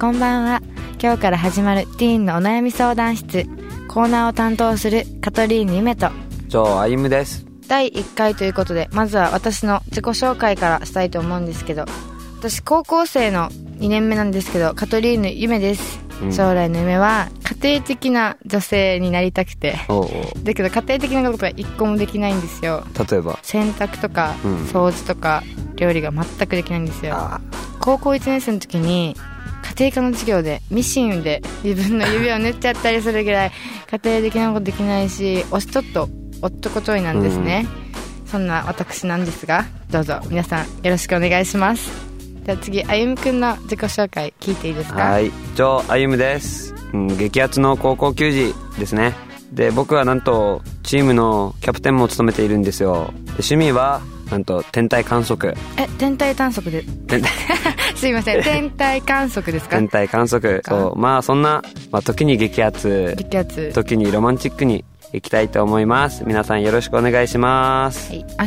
こんばんは今日から始まるティーンのお悩み相談室コーナーを担当するカトリーヌ夢とジョー歩夢です第1回ということでまずは私の自己紹介からしたいと思うんですけど私高校生の2年目なんですけどカトリーヌ夢です、うん将来の夢は家庭的な女性になりたくておうおうだけど家庭的なことが一個もできないんですよ例えば洗濯とかうん掃除とか料理が全くできないんですよ、あ高校1年生の時に家庭科の授業でミシンで自分の指を縫っちゃったりするぐらい家庭的なことできないしおしとっと男ちょいなんですね、そんな私なんですがどうぞ皆さんよろしくお願いしますでは次あゆむくんの自己紹介聞いていいですかはいジョー歩夢です、うん、激アツの高校球児ですねで僕はなんとチームのキャプテンも務めているんですよで趣味はなんと天体観測え天体観測で天体 すいません天体観測です か天体観測かそうまあそんな、まあ、時に激アツ激アツ時にロマンチックにいきたいと思います皆さんよろしくお願いしますはい明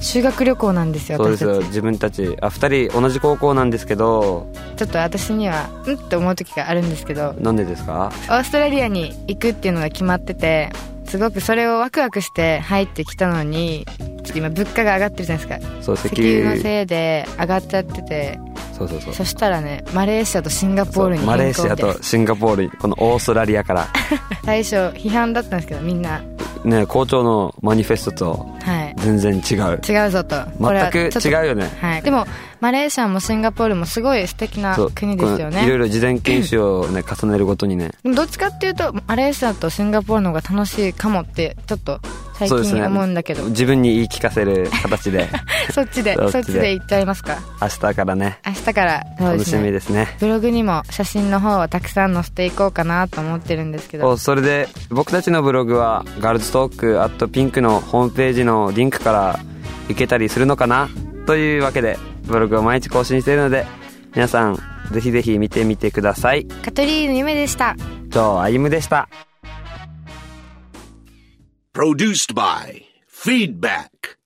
日修学旅行なんですよそうで私すたよち自分たちあ2人同じ高校なんですけどちょっと私にはうんって思う時があるんですけどなんでですかオーストラリアに行くっていうのが決まっててすごくそれをワクワクして入ってきたのにちょっと今物価が上がってるじゃないですかそう石石油油のせいで上がっちゃっててそうそうそうそしたらねマレーシアとシンガポールにそうマレー変シ更アでとシンガポールこのオーストラリ アから最初批判だったんですけどみんなね校長のマニフェストとはい全然違う違うぞとこれは全く違うよねはい、でもマレーシアもシンガポールもすごい素敵なそう国ですよこのいろいねろ事前研修をね重ねるごとにねでもどっちかっていうとマレーシアとシンガポールの方が楽しいかもってちょっと最そうです近ね思うんだ けどそ,、自分に言い聞かせる形 でっちでそっちでそっちで行っちゃいますか明日からね明日からそうで楽すしねみですねブログにも写真の方をたくさん載せていこうかなと思ってるんですけどおそれで僕たちのブログはガールズトークアットピンクのホームページのリンクから行けたりするのかなというわけでブログを毎日更新しているので皆さんぜひぜひ見てみてくださいカトリーヌ夢でした以上歩夢でした Produced by Feedback.